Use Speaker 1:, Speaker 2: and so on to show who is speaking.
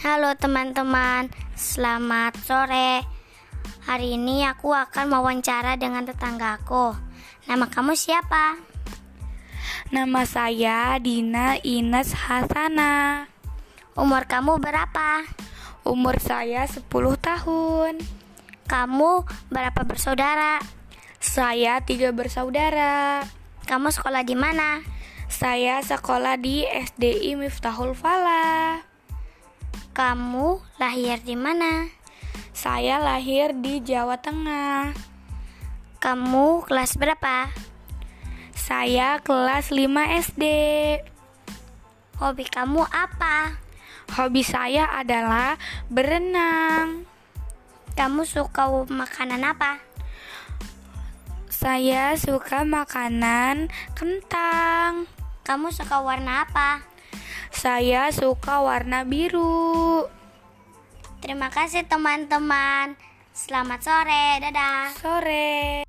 Speaker 1: Halo teman-teman, selamat sore. Hari ini aku akan wawancara dengan tetanggaku. Nama kamu siapa?
Speaker 2: Nama saya Dina Ines Hasana.
Speaker 1: Umur kamu berapa?
Speaker 2: Umur saya 10 tahun.
Speaker 1: Kamu berapa bersaudara?
Speaker 2: Saya tiga bersaudara.
Speaker 1: Kamu sekolah di mana?
Speaker 2: Saya sekolah di SDI Miftahul Falah.
Speaker 1: Kamu lahir di mana?
Speaker 2: Saya lahir di Jawa Tengah.
Speaker 1: Kamu kelas berapa?
Speaker 2: Saya kelas 5 SD.
Speaker 1: Hobi kamu apa?
Speaker 2: Hobi saya adalah berenang.
Speaker 1: Kamu suka makanan apa?
Speaker 2: Saya suka makanan kentang.
Speaker 1: Kamu suka warna apa?
Speaker 2: Saya suka warna biru.
Speaker 1: Terima kasih teman-teman. Selamat sore. Dadah.
Speaker 2: Sore.